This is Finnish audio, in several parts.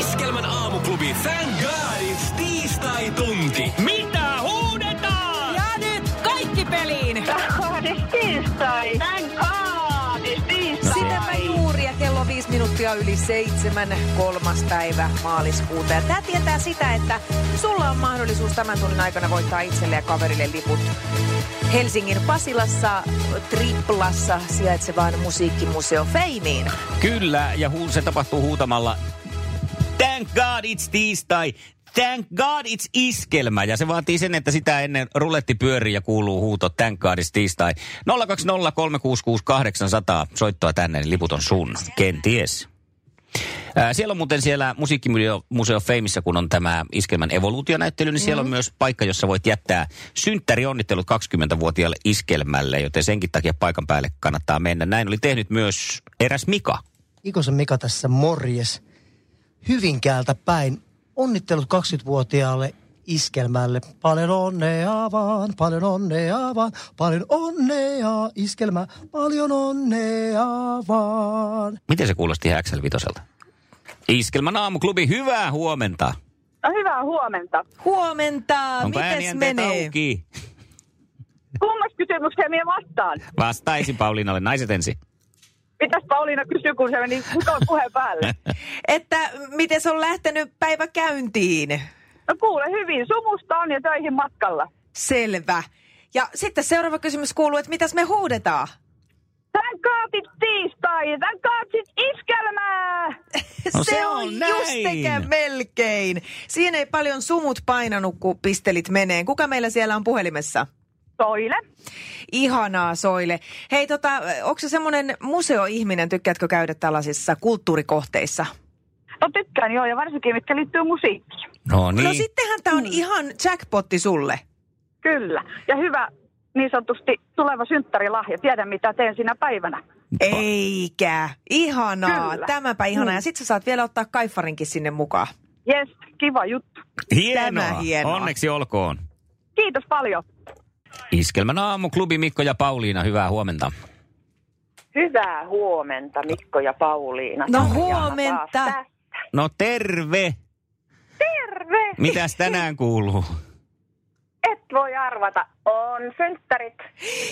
Iskelmän aamuklubi Thank Godits tiistai-tunti. Mitä huudetaan? Ja nyt kaikki peliin! Kahdis tiistai. Thank God, it's tiistai. Sitäpä juuri ja kello on viisi minuuttia yli seitsemän, kolmas päivä maaliskuuta. Ja tämä tietää sitä, että sulla on mahdollisuus tämän tunnin aikana voittaa itselle ja kaverille liput Helsingin Pasilassa Triplassa sijaitsevaan musiikkimuseo Feimiin. Kyllä, ja hu- se tapahtuu huutamalla Thank God it's tiistai! Thank God it's iskelmä. Ja se vaatii sen, että sitä ennen ruletti pyörii ja kuuluu huuto Thank God it's tiistai. 020366800. Soittoa tänne, niin liput on sun. Kenties. Ää, Siellä on muuten siellä Musiikkimuseo Museo Feimissä, kun on tämä Iskelmän evoluutionäyttely, niin siellä on myös paikka, jossa voit jättää synttärionnittelut 20-vuotiaalle Iskelmälle, joten senkin takia paikan päälle kannattaa mennä. Näin oli tehnyt myös eräs Mika. Ikosen Mika tässä morjes. Hyvinkäältä päin. Onnittelut 20-vuotiaalle iskelmälle. Paljon onnea vaan, paljon onnea vaan, paljon onnea iskelmä, paljon onnea vaan. Miten se kuulosti ihan XL5? Iskelmän aamuklubi, hyvää huomenta. No, hyvää huomenta. Huomenta! Onko Mites äänienteet menee? auki? Kummas kysymykseen minä vastaan? Vastaisi Pauliinalle, naiset ensin. Mitäs Pauliina kysyy, kun se meni putoon puheen päälle? Että miten se on lähtenyt päivä käyntiin? No kuule hyvin, sumusta on ja töihin matkalla. Selvä. Ja sitten seuraava kysymys kuuluu, että mitäs me huudetaan? Thank God it's tiistai, thank God it's iskelmää! No se, se on, on just näin. sekä melkein. Siinä ei paljon sumut painanut, kun pistelit meneen. Kuka meillä siellä on puhelimessa? Toile. Ihanaa Soile. Hei, tota, onko se semmoinen museoihminen, tykkäätkö käydä tällaisissa kulttuurikohteissa? No tykkään joo, ja varsinkin mitkä liittyy musiikkiin. No niin. No sittenhän tämä on ihan jackpotti sulle. Kyllä, ja hyvä niin sanotusti tuleva synttärilahja. Tiedän, mitä teen sinä päivänä. Eikä. Ihanaa. Kyllä. Tämäpä ihanaa. Ja sit sä saat vielä ottaa kaifarinkin sinne mukaan. Jes, kiva juttu. hienoa. tämä hienoa. Onneksi olkoon. Kiitos paljon. Iskelmän aamuklubi Mikko ja Pauliina, hyvää huomenta. Hyvää huomenta Mikko ja Pauliina. No Tarjana huomenta. taas tässä. No terve. Terve! Mitäs tänään kuuluu? Et voi arvata, on synttärit.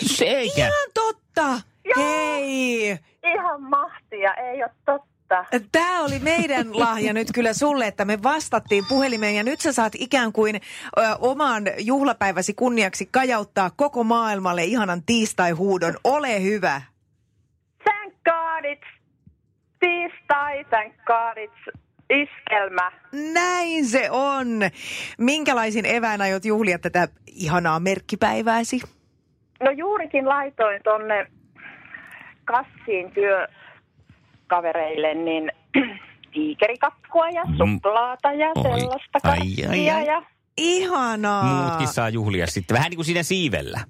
Se eikä. Ihan totta. Hei. Ihan mahtia, ei ole totta. Tämä oli meidän lahja nyt kyllä sulle, että me vastattiin puhelimeen ja nyt sä saat ikään kuin ö, oman juhlapäiväsi kunniaksi kajauttaa koko maailmalle ihanan tiistai-huudon. Ole hyvä. Thank God it's tiistai, thank God it's iskelmä. Näin se on. Minkälaisin eväin aiot juhlia tätä ihanaa merkkipäivääsi? No juurikin laitoin tonne kassiin työkavereille, niin tiikerikakkua ja suklaata ja Mm. Oi. sellaista Ai, ai, kassia ai. ja Ihanaa. Muutkin saa juhlia sitten. Vähän niin kuin siinä siivellä.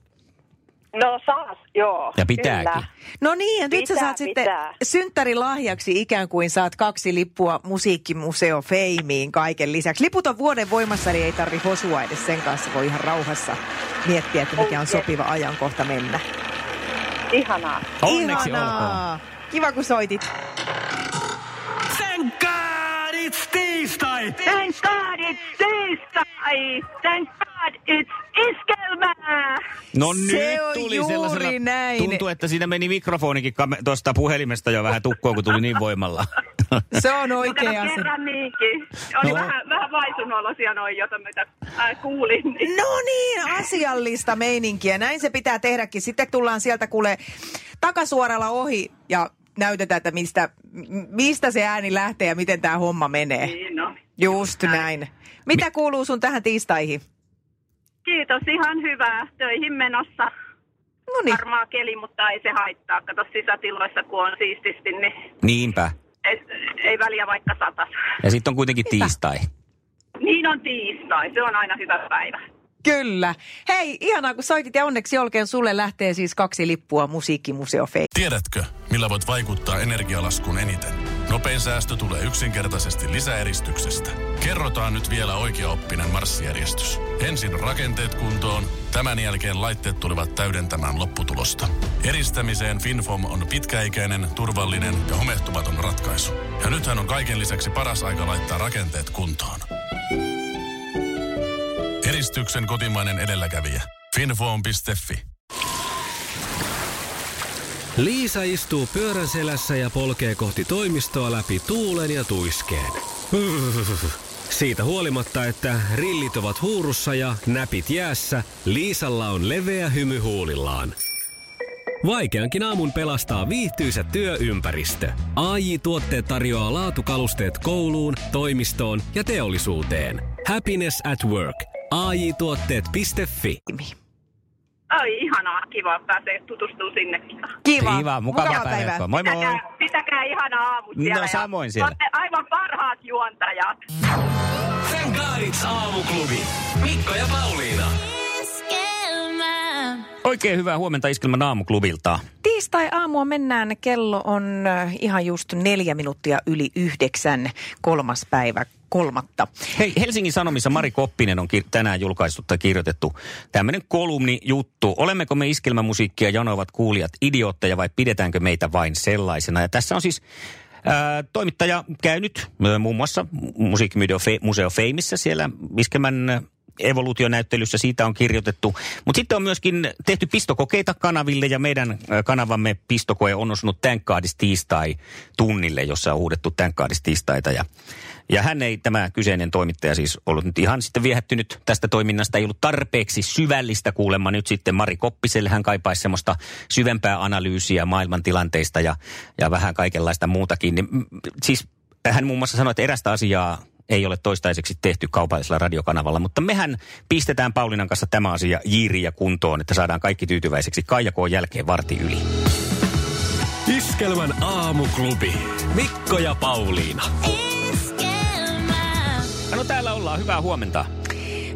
No saas, joo. Ja pitääkin. Kyllä. No niin, ja nyt sä Pitää, saat sitten pitää. synttärilahjaksi ikään kuin saat kaksi lippua musiikkimuseo Feimiin kaiken lisäksi. Liput on vuoden voimassa, eli ei tarvi hosua edes sen kanssa. Voi ihan rauhassa miettiä, että mikä on Oikein. sopiva ajankohta mennä. Ihanaa. Onneksi olkoon. Ihanaa. Kiva, kun soitit. Thank God it's tiistai! Thank God it's tiistai! Thank God it's iskelmää! No Se nyt on tuli juuri sellaisella... näin. Tuntuu, että siinä meni mikrofonikin kam- tuosta puhelimesta jo vähän tukkoon, kun tuli niin voimalla. Se on oikea Mukava asia. kerran niinkin. Oli No. vähän, vähän vaisunolosia noin, jota mitä äh, kuulin. Niin. No niin, asiallista meininkiä. Näin se pitää tehdäkin. Sitten tullaan sieltä kuule takasuoralla ohi ja näytetään, että mistä, m- mistä se ääni lähtee ja miten tämä homma menee. Niin, no. Just näin. Mitä kuuluu sun tähän tiistaihin? Kiitos, ihan hyvää. Töihin menossa. No niin, Varmaa keli, mutta ei se haittaa. Kato sisätiloissa, kun on siististi, niin Niinpä. Et, ei väliä vaikka satas. Ja sitten on kuitenkin Mitä? tiistai. Niin on tiistai, se on aina hyvä päivä. Kyllä. Hei, ihanaa kun soitit ja onneksi olkeen sulle lähtee siis kaksi lippua Musiikkimuseo Fei. Tiedätkö, millä voit vaikuttaa energialaskun eniten? Nopein säästö tulee yksinkertaisesti lisäeristyksestä. Kerrotaan nyt vielä oikeaoppinen marssijärjestys. Ensin rakenteet kuntoon, tämän jälkeen laitteet tulevat täydentämään lopputulosta. Eristämiseen FinFom on pitkäikäinen, turvallinen ja homehtumaton ratkaisu. Ja nythän on kaiken lisäksi paras aika laittaa rakenteet kuntoon. Eristyksen kotimainen edelläkävijä. Finfoam.fi Liisa istuu pyörän selässä ja polkee kohti toimistoa läpi tuulen ja tuiskeen. Siitä huolimatta, että rillit ovat huurussa ja näpit jäässä, Liisalla on leveä hymy huulillaan. Vaikeankin aamun pelastaa viihtyisä työympäristö. AI Tuotteet tarjoaa laatukalusteet kouluun, toimistoon ja teollisuuteen. Happiness at work. AJ Tuotteet.fi Ai ihanaa, kiva, että pääsee tutustumaan sinnekin. Kiva. Kiva, mukava, Mukavaa päivä. jatkoa. Moi moi. Pitäkää, pitäkää ihana aamu siellä. No, ja samoin siellä. olette aivan parhaat juontajat. Thank God it's aamuklubi. Mikko ja Pauliina. Oikein hyvää huomenta Iskelmän aamuklubilta. Tiistai-aamua mennään. Kello on äh, ihan just neljä minuuttia yli yhdeksän, kolmas päivä kolmatta. Hei, Helsingin Sanomissa Mari Koppinen on kir- tänään julkaissut tai kirjoitettu tämmöinen kolumnijuttu. Olemmeko me iskelmämusiikkia janovat kuulijat idiootteja vai pidetäänkö meitä vain sellaisena? Ja tässä on siis ää, toimittaja käynyt ö, muun muassa Musiikkimuseo Fe- Museo Feimissä siellä iskelmän ö, evoluutionäyttelyssä siitä on kirjoitettu. Mutta sitten on myöskin tehty pistokokeita kanaville ja meidän ö, kanavamme pistokoe on osunut tänkkaadis tiistai tunnille, jossa on huudettu tänkkaadis tiistaita. Ja, ja hän ei, tämä kyseinen toimittaja siis ollut nyt ihan sitten viehättynyt tästä toiminnasta, ei ollut tarpeeksi syvällistä kuulemma nyt sitten Mari Koppiselle. Hän kaipaisi semmoista syvempää analyysiä maailmantilanteista ja, ja vähän kaikenlaista muutakin. Niin, mm, siis hän muun muassa sanoi, että erästä asiaa ei ole toistaiseksi tehty kaupallisella radiokanavalla, mutta mehän pistetään Paulinan kanssa tämä asia jiiriä kuntoon, että saadaan kaikki tyytyväiseksi kaijakoon jälkeen varti yli. Iskelmän aamuklubi. Mikko ja Pauliina. No täällä ollaan, hyvää huomenta.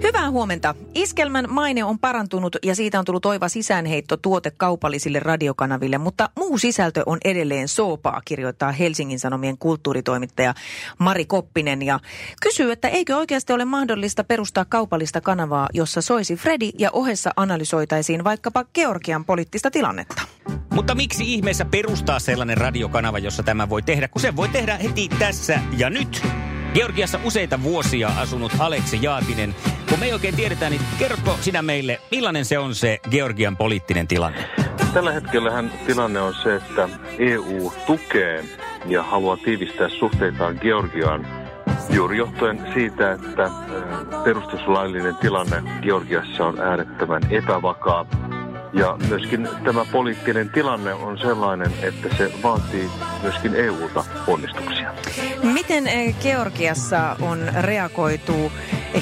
Hyvää huomenta. Iskelmän maine on parantunut ja siitä on tullut oiva sisäänheitto tuote kaupallisille radiokanaville, mutta muu sisältö on edelleen soopaa, kirjoittaa Helsingin Sanomien kulttuuritoimittaja Mari Koppinen ja kysyy, että eikö oikeasti ole mahdollista perustaa kaupallista kanavaa, jossa soisi Fredi ja ohessa analysoitaisiin vaikkapa Georgian poliittista tilannetta. Mutta miksi ihmeessä perustaa sellainen radiokanava, jossa tämä voi tehdä, kun sen voi tehdä heti tässä ja nyt? Georgiassa useita vuosia asunut Aleksi Jaatinen. Kun me ei oikein tiedetä, niin kerrotko sinä meille, millainen se on se Georgian poliittinen tilanne? Tällä hetkellähän tilanne on se, että EU tukee ja haluaa tiivistää suhteitaan Georgiaan juuri johtuen siitä, että äh, perustuslaillinen tilanne Georgiassa on äärettömän epävakaa. Ja myöskin tämä poliittinen tilanne on sellainen, että se vaatii myöskin E EUlta onnistuksia. Miten eh, Georgiassa on reagoitu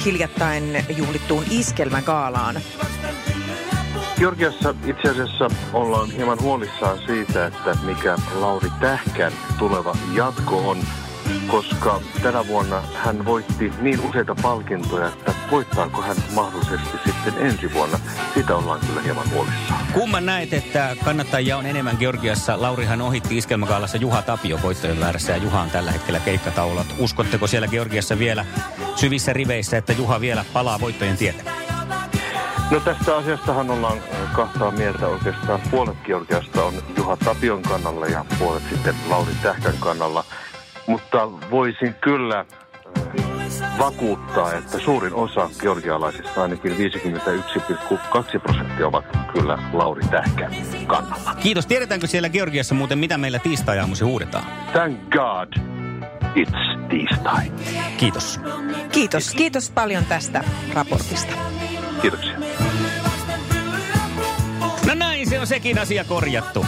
hiljattain juhlittuun iskelmägaalaan? Georgiassa itse asiassa ollaan hieman huolissaan siitä, että mikä Lauri Tähkän tuleva jatko on, koska tänä vuonna hän voitti niin useita palkintoja, että voittaako hän mahdollisesti sitten ensi vuonna. Siitä ollaan kyllä hieman huolissaan. Kumman näet, että kannattajia on enemmän Georgiassa? Laurihan ohitti iskelmäkaalassa Juha Tapio voittojen väärässä ja Juha on tällä hetkellä keikkataulat. Uskotteko siellä Georgiassa vielä syvissä riveissä, että Juha vielä palaa voittojen tietä? No tästä asiastahan ollaan äh, kahtaa mieltä oikeastaan. Puolet Georgiasta on Juha Tapion kannalla ja puolet sitten Lauri Tähkän kannalla. Mutta voisin kyllä äh, vakuuttaa, että suurin osa georgialaisista, ainakin 51,2 prosenttia, ovat kyllä Lauri Tähkän kannalla. Kiitos. Tiedetäänkö siellä Georgiassa muuten, mitä meillä tiistai-aamusi huudetaan? Thank God it's tiistai. Kiitos. Kiitos, kiitos paljon tästä raportista. Kiitoksia. No näin, se on sekin asia korjattu.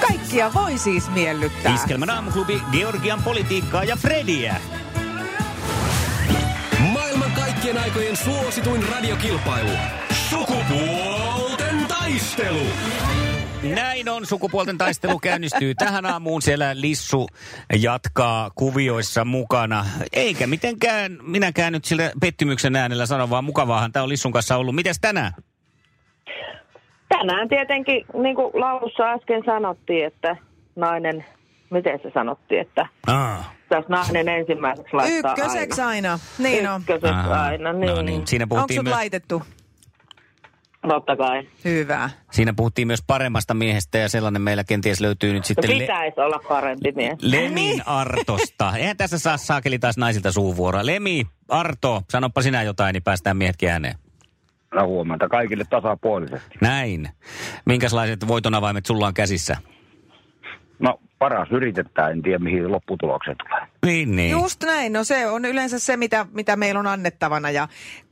Kaikkia voi siis miellyttää. Iskelmän aamuklubi, Georgian politiikkaa ja Frediä. Maailman kaikkien aikojen suosituin radiokilpailu. Sukupuolten taistelu. Näin on, sukupuolten taistelu käynnistyy tähän aamuun. Siellä Lissu jatkaa kuvioissa mukana. Eikä mitenkään minäkään nyt sillä pettymyksen äänellä sano, vaan mukavaahan tämä on Lissun kanssa ollut. Mites tänään? Tänään tietenkin, niin kuin laulussa äsken sanottiin, että nainen, miten se sanottiin, että Ah. pitäisi nainen ensimmäiseksi laittaa Ykköseksi aina. aina. Niin on. Ykköseksi aina, niin. No niin, siinä Onko puhuttiin, sut myös, laitettu? Totta kai. Hyvä. siinä puhuttiin myös paremmasta miehestä ja sellainen meillä kenties löytyy nyt No, sitten... pitäisi olla parempi mies. Lemin Artosta. Eihän tässä saa saakeli taas naisilta suuvuoroa. Lemi, Arto, sanoppa sinä jotain, niin päästään miehetkin ääneen. No huomenta kaikille tasapuolisesti. Näin. Minkälaiset voitonavaimet sulla on käsissä? No paras yritetään, en tiedä mihin lopputulokseen tulee. Niin, niin. Just näin. No se on yleensä se, mitä, mitä meillä on annettavana ja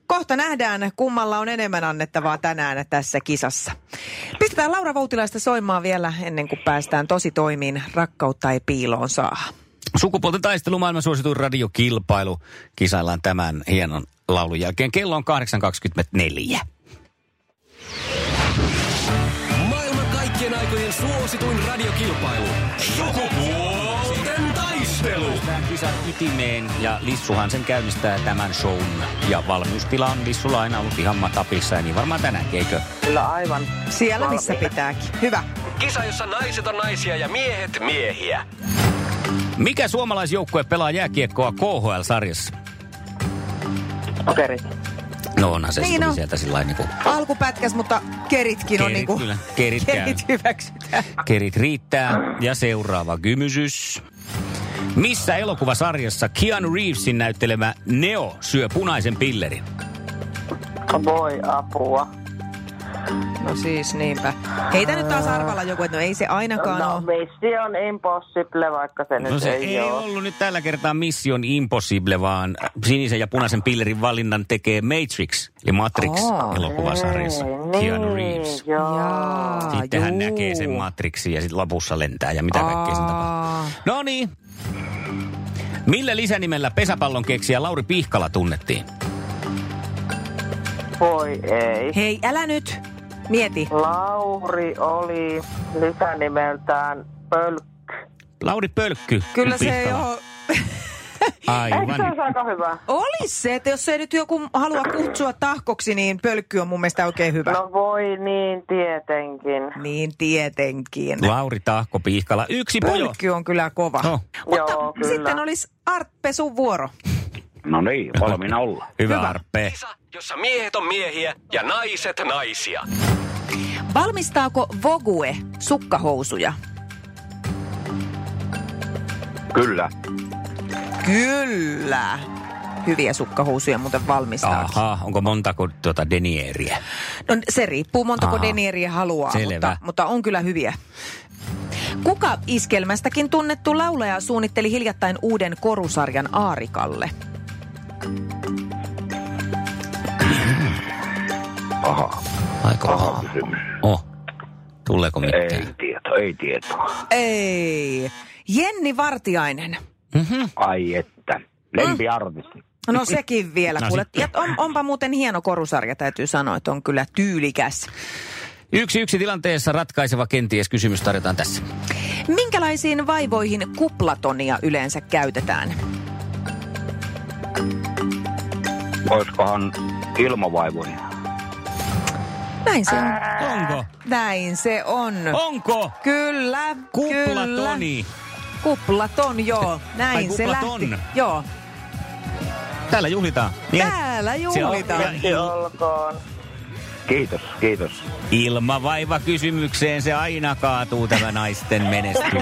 kohta nähdään, kummalla on enemmän annettavaa tänään tässä kisassa. Pistetään Laura Voutilaista soimaan vielä ennen kuin päästään tosi toimiin. Rakkautta ei piiloon saa. Sukupuolten taistelu, maailman suosituin radiokilpailu. Kisaillaan tämän hienon laulun jälkeen. Kello on 8.24. Maailman kaikkien aikojen suosituin radiokilpailu. Sukupuolten taistelu. Päästään kisan ytimeen ja Lissuhan sen käynnistää tämän shown. Ja valmiustila on Lissulla aina ollut ihan matapissa ja niin varmaan tänäänkin, eikö? Kyllä aivan. Siellä missä pitääkin. Hyvä. Kisa, jossa naiset on naisia ja miehet miehiä. Mikä suomalaisjoukkue pelaa jääkiekkoa KHL-sarjassa? Okei. No onhan se Niin niin tuli on. sieltä sillä niinku Alku pätkäs, mutta keritkin on Kerit niinku... kyllä. Kerit käy. kerit hyväksytään. kerit riittää. Ja seuraava kymysys. Missä elokuvasarjassa Keanu Reevesin näyttelemä Neo syö punaisen pillerin? Voi apua. No siis niinpä. Heitä nyt taas arvalla joku, että no ei se ainakaan No ole. vissi on impossible, vaikka se No nyt se ei ei ole. ollut nyt tällä kertaa Mission Impossible, vaan sinisen ja punaisen pillerin valinnan tekee Matrix, eli Matrix Oh. elokuvasarjassa. Keanu Reeves. Niin, Joo. Jaa, Sitten hän juu. näkee sen matriksi ja sitten lopussa lentää ja mitä kaikkea sen Aa. tapahtuu. No niin. Millä lisänimellä pesäpallon keksijä Lauri Pihkala tunnettiin? Voi ei. Hei, älä nyt mieti. Lauri oli lisänimeltään Pölkky. Lauri Pölkky. Kyllä se ei Pihkala. ole... Eikö se Aivan. olisi aika hyvä? Olisi se, että jos ei nyt joku halua kutsua tahkoksi, niin pölkky on mun mielestä oikein hyvä. No voi niin, tietenkin. Niin tietenkin. Lauri Tahko Pihkala. Yksi pojo. Pölkky on kyllä kova. No, Mutta Joo, kyllä. sitten olisi Arppe sun vuoro. No niin, valmiina olla. hyvä, Arpe. Kisa, jossa miehet on miehiä ja naiset naisia. Valmistaako Vogue sukkahousuja? Kyllä. Kyllä. Hyviä sukkahousuja muuten valmistaa. Aha, onko montako tuota denieriä? No, se riippuu montako Aha. denieriä haluaa, Ah. Selvä. mutta, mutta on kyllä hyviä. Kuka iskelmästäkin tunnettu laulaja suunnitteli hiljattain uuden korusarjan Aarikalle? Paha, Aika paha paha. kysymys. Oh, tuleeko Ei mitään? tietoa, ei tietoa. Ei. Jenni Vartiainen. Mm-hmm. Ai että. Lempiartisti. No sekin vielä. No Kuule. sitten. Ja on, onpa muuten hieno korusarja, täytyy sanoa, että on kyllä tyylikäs. Yksi yksi tilanteessa ratkaiseva kenties kysymys tarjotaan tässä. Minkälaisiin vaivoihin kuplatonia yleensä käytetään? Olisikohan ilmavaivoja? Näin se on. Onko? Näin se on. Onko? Kyllä, kyllä. Kuplatoni. Kuplaton, joo. Näin Ai, se kuplaton. lähti. Joo. Täällä juhlitaan. Niin. Täällä Se on- juhlitaan. Il- Olkoon. Kiitos, kiitos. Ilmavaiva kysymykseen se aina kaatuu tämä naisten menestys.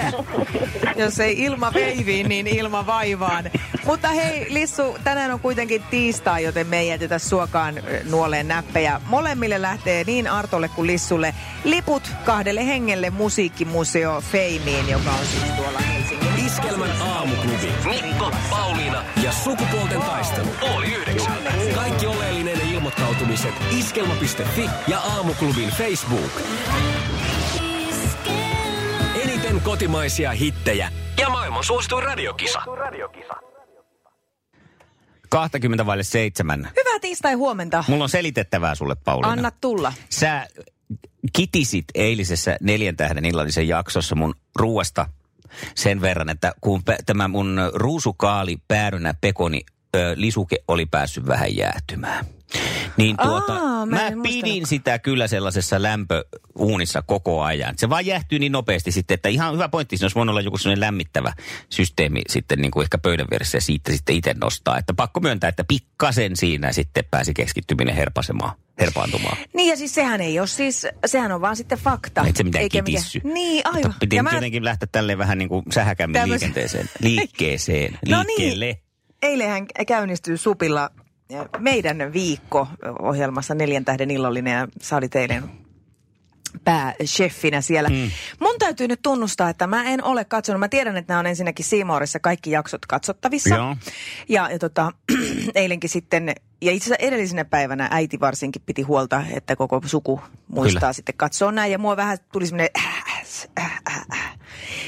Jos ei ilma veiviin, niin ilma vaivaan. Mutta hei Lissu, tänään on kuitenkin tiistai, joten me ei jätetä suokaan ö, nuoleen näppejä. Molemmille lähtee niin Artolle kuin Lissulle liput kahdelle hengelle Musiikkimuseo Feimiin, joka on siis tuolla Helsingin. Iskelmän aamuklubi. Mikko, Pauliina ja sukupuolten taistelu. Oli yhdeksän. Kaikki oleellinen ilmoittautumiset iskelma.fi ja aamuklubin Facebook. Eniten kotimaisia hittejä ja maailman suosituin radiokisa. 20 vaille seitsemän. Hyvää tiistai huomenta. Mulla on selitettävää sulle, Pauliina. Anna tulla. Sä kitisit eilisessä neljän tähden illallisen jaksossa mun ruuasta sen verran, että kun pä- tämä mun ruusukaali, päärynä, pekoni, ö, lisuke oli päässyt vähän jäähtymään. Niin tuota, Aa, mä mä, en pidin muistanutkaan. sitä kyllä sellaisessa lämpöuunissa koko ajan. Se vaan jäähtyy niin nopeasti sitten, että ihan hyvä pointti, siinä olisi voinut olla joku sellainen lämmittävä systeemi sitten niin kuin ehkä pöydän vieressä ja siitä sitten itse nostaa. Että pakko myöntää, että pikkasen siinä sitten pääsi keskittyminen herpasemaan, herpaantumaan. Niin ja siis sehän ei ole siis, sehän on vaan sitten fakta. Ei No, se mitään Eikä kitissy. mikään- Niin, aivan. Mutta piti Ja nyt jotenkin lähteä tälleen vähän niin kuin sähäkämmin Tämmös- liikenteeseen, liikkeeseen, No liikkeelle. niin, eilenhän käynnistyy supilla eh, meidän viikko ohjelmassa Neljän tähden illallinen ja sä olit eilen päächeffinä siellä. Mm. Mun täytyy nyt tunnustaa, että mä en ole katsonut. Mä tiedän, että nämä on ensinnäkin Seamorissa kaikki jaksot katsottavissa. Joo. Ja, ja tota, eilenkin sitten, ja itse asiassa edellisenä päivänä äiti varsinkin piti huolta, että koko suku muistaa Kyllä. sitten katsoa näin. Ja mua vähän tuli semmoinen äh, äh, äh, äh.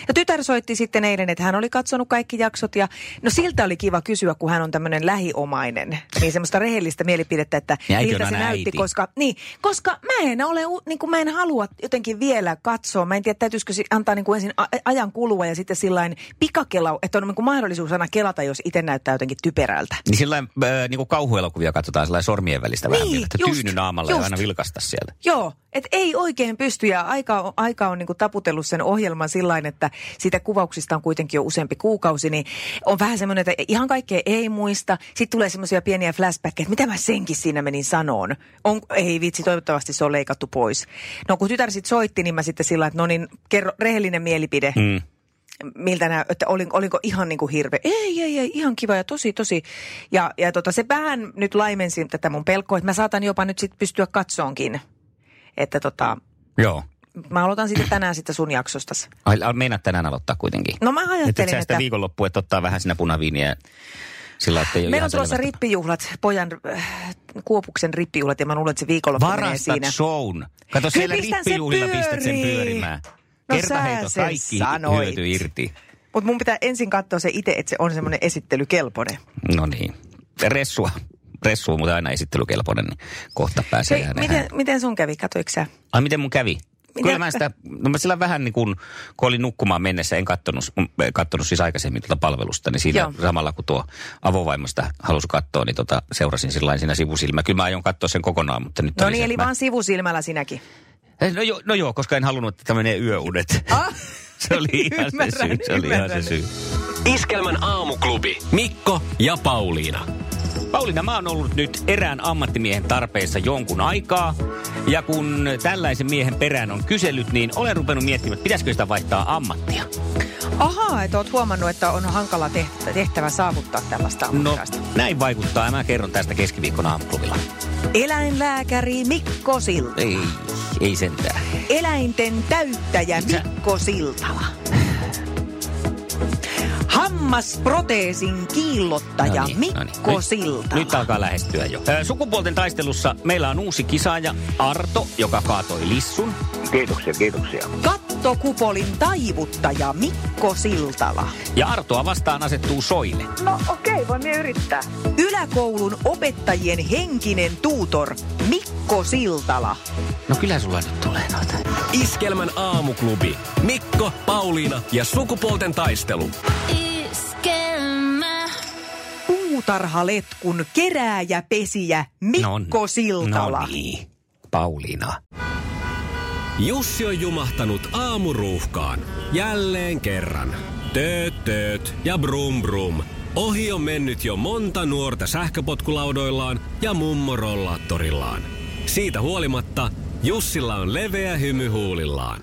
Ja tytär soitti sitten eilen, että hän oli katsonut kaikki jaksot. Ja no siltä oli kiva kysyä, kun hän on tämmöinen lähiomainen. Niin semmoista rehellistä mielipidettä, että Ja Niin, äiti on miltä se aina näytti, äiti. koska, niin, koska mä en ole, u- niin kuin mä en halua jotenkin vielä katsoa. Mä en tiedä, täytyisikö si- antaa niin kuin ensin a- ajan kulua ja sitten sillain pikakela, että on niin kuin mahdollisuus aina kelata, jos itse näyttää jotenkin typerältä. Niin sillä äh, niin kuin kauhuelokuvia katsotaan sillä sormien välistä vähän Niin, vielä, että just, tyyny naamalla ja just. aina vilkasta sieltä. Joo, et ei oikein pysty ja aika on, aika on niinku taputellut sen ohjelman sillain, että sitä kuvauksista on kuitenkin jo useampi kuukausi, niin on vähän semmoinen, että ihan kaikkea ei muista. Sitten tulee semmoisia pieniä flashbackkejä, että mitä mä senkin siinä menin sanoon. On, ei vitsi, toivottavasti se on leikattu pois. No kun tytär sitten soitti, niin mä sitten sillä että no niin, kerro rehellinen mielipide. Mm miltä nä, että olin, olinko ihan niin kuin hirveä. Ei, ei, ei, ihan kiva ja tosi, tosi. Ja, ja tota, se vähän nyt laimensi tätä mun pelkoa, että mä saatan jopa nyt sitten pystyä katsoonkin. Että tota, Joo. mä aloitan sitten tänään sitten sun jaksostas. Ai, ai, meinaat tänään aloittaa kuitenkin. No mä Et et ajattelin, säästä että viikonloppua, että ottaa vähän sinä punaviiniä ja sillä lailla, että ei ole meillä ihan on tulossa selvä. rippijuhlat, pojan äh, Kuopuksen rippijuhlat ja mä luulen, että se viikonloppu menee Varastat siinä. shown. Kato, siellä Pistän sen rippijuhlilla pistät sen pyöriin. pyörimään. No Kertaheito, sä sen kaikki sanoit. hyöty irti. Mutta mun pitää ensin katsoa se itse, että se on semmoinen esittelykelpoinen. No niin. Ressua. Ressu on muuten aina esittelykelpoinen, niin kohta pääsee Hei, ääneen. miten, miten sun kävi? Katoiko sä? No niin, Ai miten mun kävi? Minä... Kyllä mä sitä, no mä sillä vähän niin kuin, kun olin nukkumaan mennessä, en kattonut, kattonut siis aikaisemmin tuota palvelusta, niin siinä Joo. Joo. samalla kun tuo avovaimosta halusi katsoa, niin tota, seurasin sillä lailla siinä sivusilmä. Kyllä mä aion katsoa sen kokonaan, mutta nyt No oli niin, se, eli että mä... vaan sivusilmällä sinäkin. Eh, No joo, no joo, koska en halunnut, että tämä menee yöunet. Ah, se oli ihan se syy, ymmärrän, se oli ihan se ymmärrän. syy. Iskelmän aamuklubi. Mikko ja Pauliina. Pauliina, mä oon ollut nyt erään ammattimiehen tarpeessa jonkun aikaa. Ja kun tällaisen miehen perään on kysellyt, niin olen rupenut miettimään, että pitäisikö sitä vaihtaa ammattia. Ahaa, että oot huomannut, että on hankala tehtä- tehtävä saavuttaa tällaista No, ammattilaista. näin vaikuttaa. Mä kerron tästä keskiviikkona aamuklubilla. Eläinlääkäri Mikko Silta. Ei, ei sentään. Eläinten täyttäjä Sä- Mikko Siltala. Hammasproteesin kiillottaja No Mikko niin, Nyt- Siltala. Nyt alkaa lähestyä jo. Ö, Sukupuolten taistelussa meillä on uusi kisaaja Arto, joka kaatoi lissun. Kiitoksia, kiitoksia. Kattokupolin taivuttaja Mikko Siltala. Ja Artoa vastaan asettuu Soile. No okei, okay, voin minä yrittää. Yläkoulun opettajien henkinen tuutor Mikko Siltala. No kyllä sulla nyt tulee noita. Iskelmän aamuklubi. Mikko, Pauliina ja sukupuolten taistelu. Iskelmä. Puutarhaletkun kerääjä pesijä Mikko Siltala. niin. No niin. Pauliina. Jussi on jumahtanut aamuruuhkaan. Jälleen kerran. Tööt, tööt ja brum brum. Ohi on mennyt jo monta nuorta sähköpotkulaudoillaan ja mummorollaattorillaan. Siitä huolimatta Jussilla on leveä hymy huulillaan.